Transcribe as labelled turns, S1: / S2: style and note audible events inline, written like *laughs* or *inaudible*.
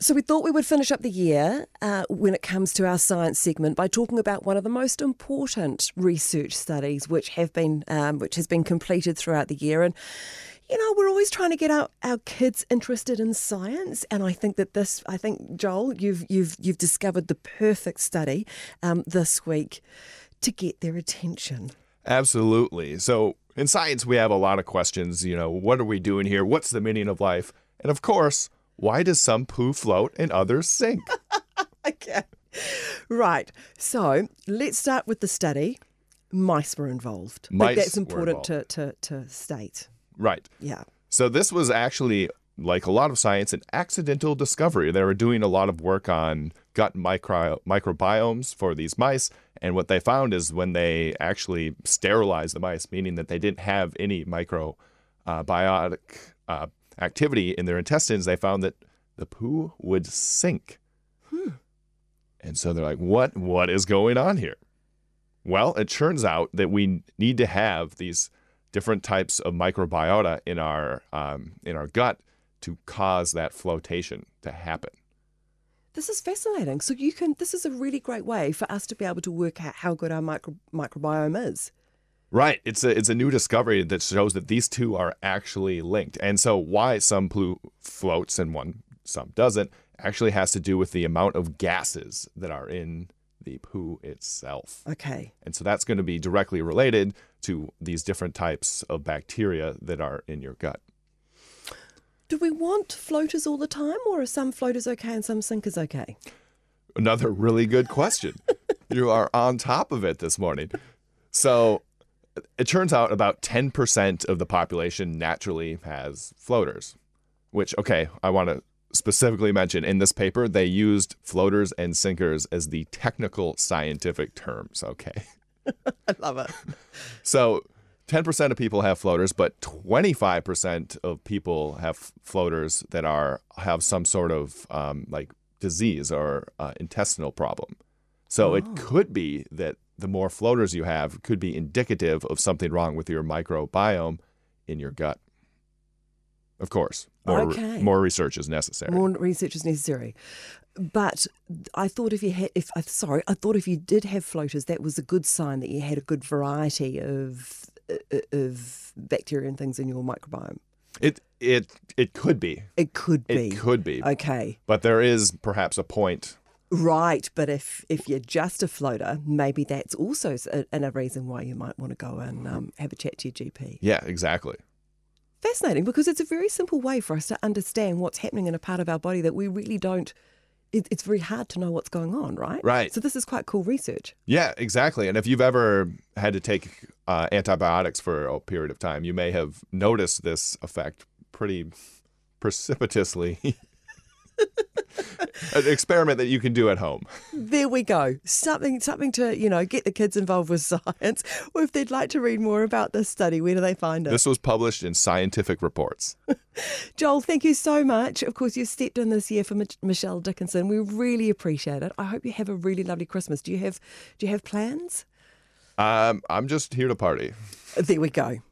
S1: So, we thought we would finish up the year uh, when it comes to our science segment by talking about one of the most important research studies which have been um, which has been completed throughout the year. And you know, we're always trying to get our, our kids interested in science, and I think that this, I think Joel, you've you've you've discovered the perfect study um, this week to get their attention.
S2: Absolutely. So in science, we have a lot of questions. You know, what are we doing here? What's the meaning of life? And of course, why does some poo float and others sink? *laughs*
S1: *laughs* Okay, right. So let's start with the study. Mice were involved. I think
S2: Mice
S1: that's
S2: were
S1: important to,
S2: involved.
S1: to to state.
S2: right.
S1: Yeah.
S2: So this was actually like a lot of science, an accidental discovery. They were doing a lot of work on gut micro- microbiomes for these mice, and what they found is when they actually sterilized the mice, meaning that they didn't have any microbiotic uh, biotic, uh, activity in their intestines, they found that the poo would sink. And so they're like, "What? What is going on here?" Well, it turns out that we need to have these different types of microbiota in our um, in our gut to cause that flotation to happen.
S1: This is fascinating. So you can. This is a really great way for us to be able to work out how good our micro, microbiome is.
S2: Right. It's a it's a new discovery that shows that these two are actually linked. And so why some poo floats and one some doesn't actually has to do with the amount of gases that are in the poo itself.
S1: Okay.
S2: And so that's going to be directly related to these different types of bacteria that are in your gut.
S1: Do we want floaters all the time, or are some floaters okay and some sinkers okay?
S2: Another really good question. you are on top of it this morning. So it turns out about 10% of the population naturally has floaters, which, okay, I want to specifically mention in this paper, they used floaters and sinkers as the technical scientific terms, okay?
S1: I love it.
S2: So 10% of people have floaters, but 25% of people have floaters that are have some sort of um, like disease or uh, intestinal problem. So
S1: Oh.
S2: it could be that the more floaters you have could be indicative of something wrong with your microbiome in your gut. Of course, more
S1: Okay.
S2: more research is necessary.
S1: More research is necessary. But I thought if you had, if I'm sorry, I thought if you did have floaters, that was a good sign that you had a good variety of uh, of bacteria and things in your microbiome.
S2: it it it could be.
S1: It could be.
S2: It could be.
S1: Okay.
S2: But there is perhaps a point
S1: Right, but if if you're just a floater, maybe that's also s- a, and a reason why you might want to go and um, have a chat to your GP.
S2: Yeah, exactly.
S1: Fascinating, because it's a very simple way for us to understand what's happening in a part of our body that we really don't. It, it's very hard to know what's going on, right?
S2: Right.
S1: So this is quite cool research.
S2: Yeah, exactly. And if you've ever had to take uh, antibiotics for a period of time, you may have noticed this effect pretty precipitously. *laughs* An experiment that you can do at home.
S1: There we go. Something, something to you know get the kids involved with *laughs* science. Or if they'd like to read more about this study, where do they find it?
S2: This was published in Scientific Reports.
S1: Joel, thank you so much. Of course, you've stepped in this year for Mich- Michelle Dickinson. We really appreciate it. I hope you have a really lovely Christmas. Do you have Do you have plans?
S2: Um, I'm just here to party.
S1: There we go.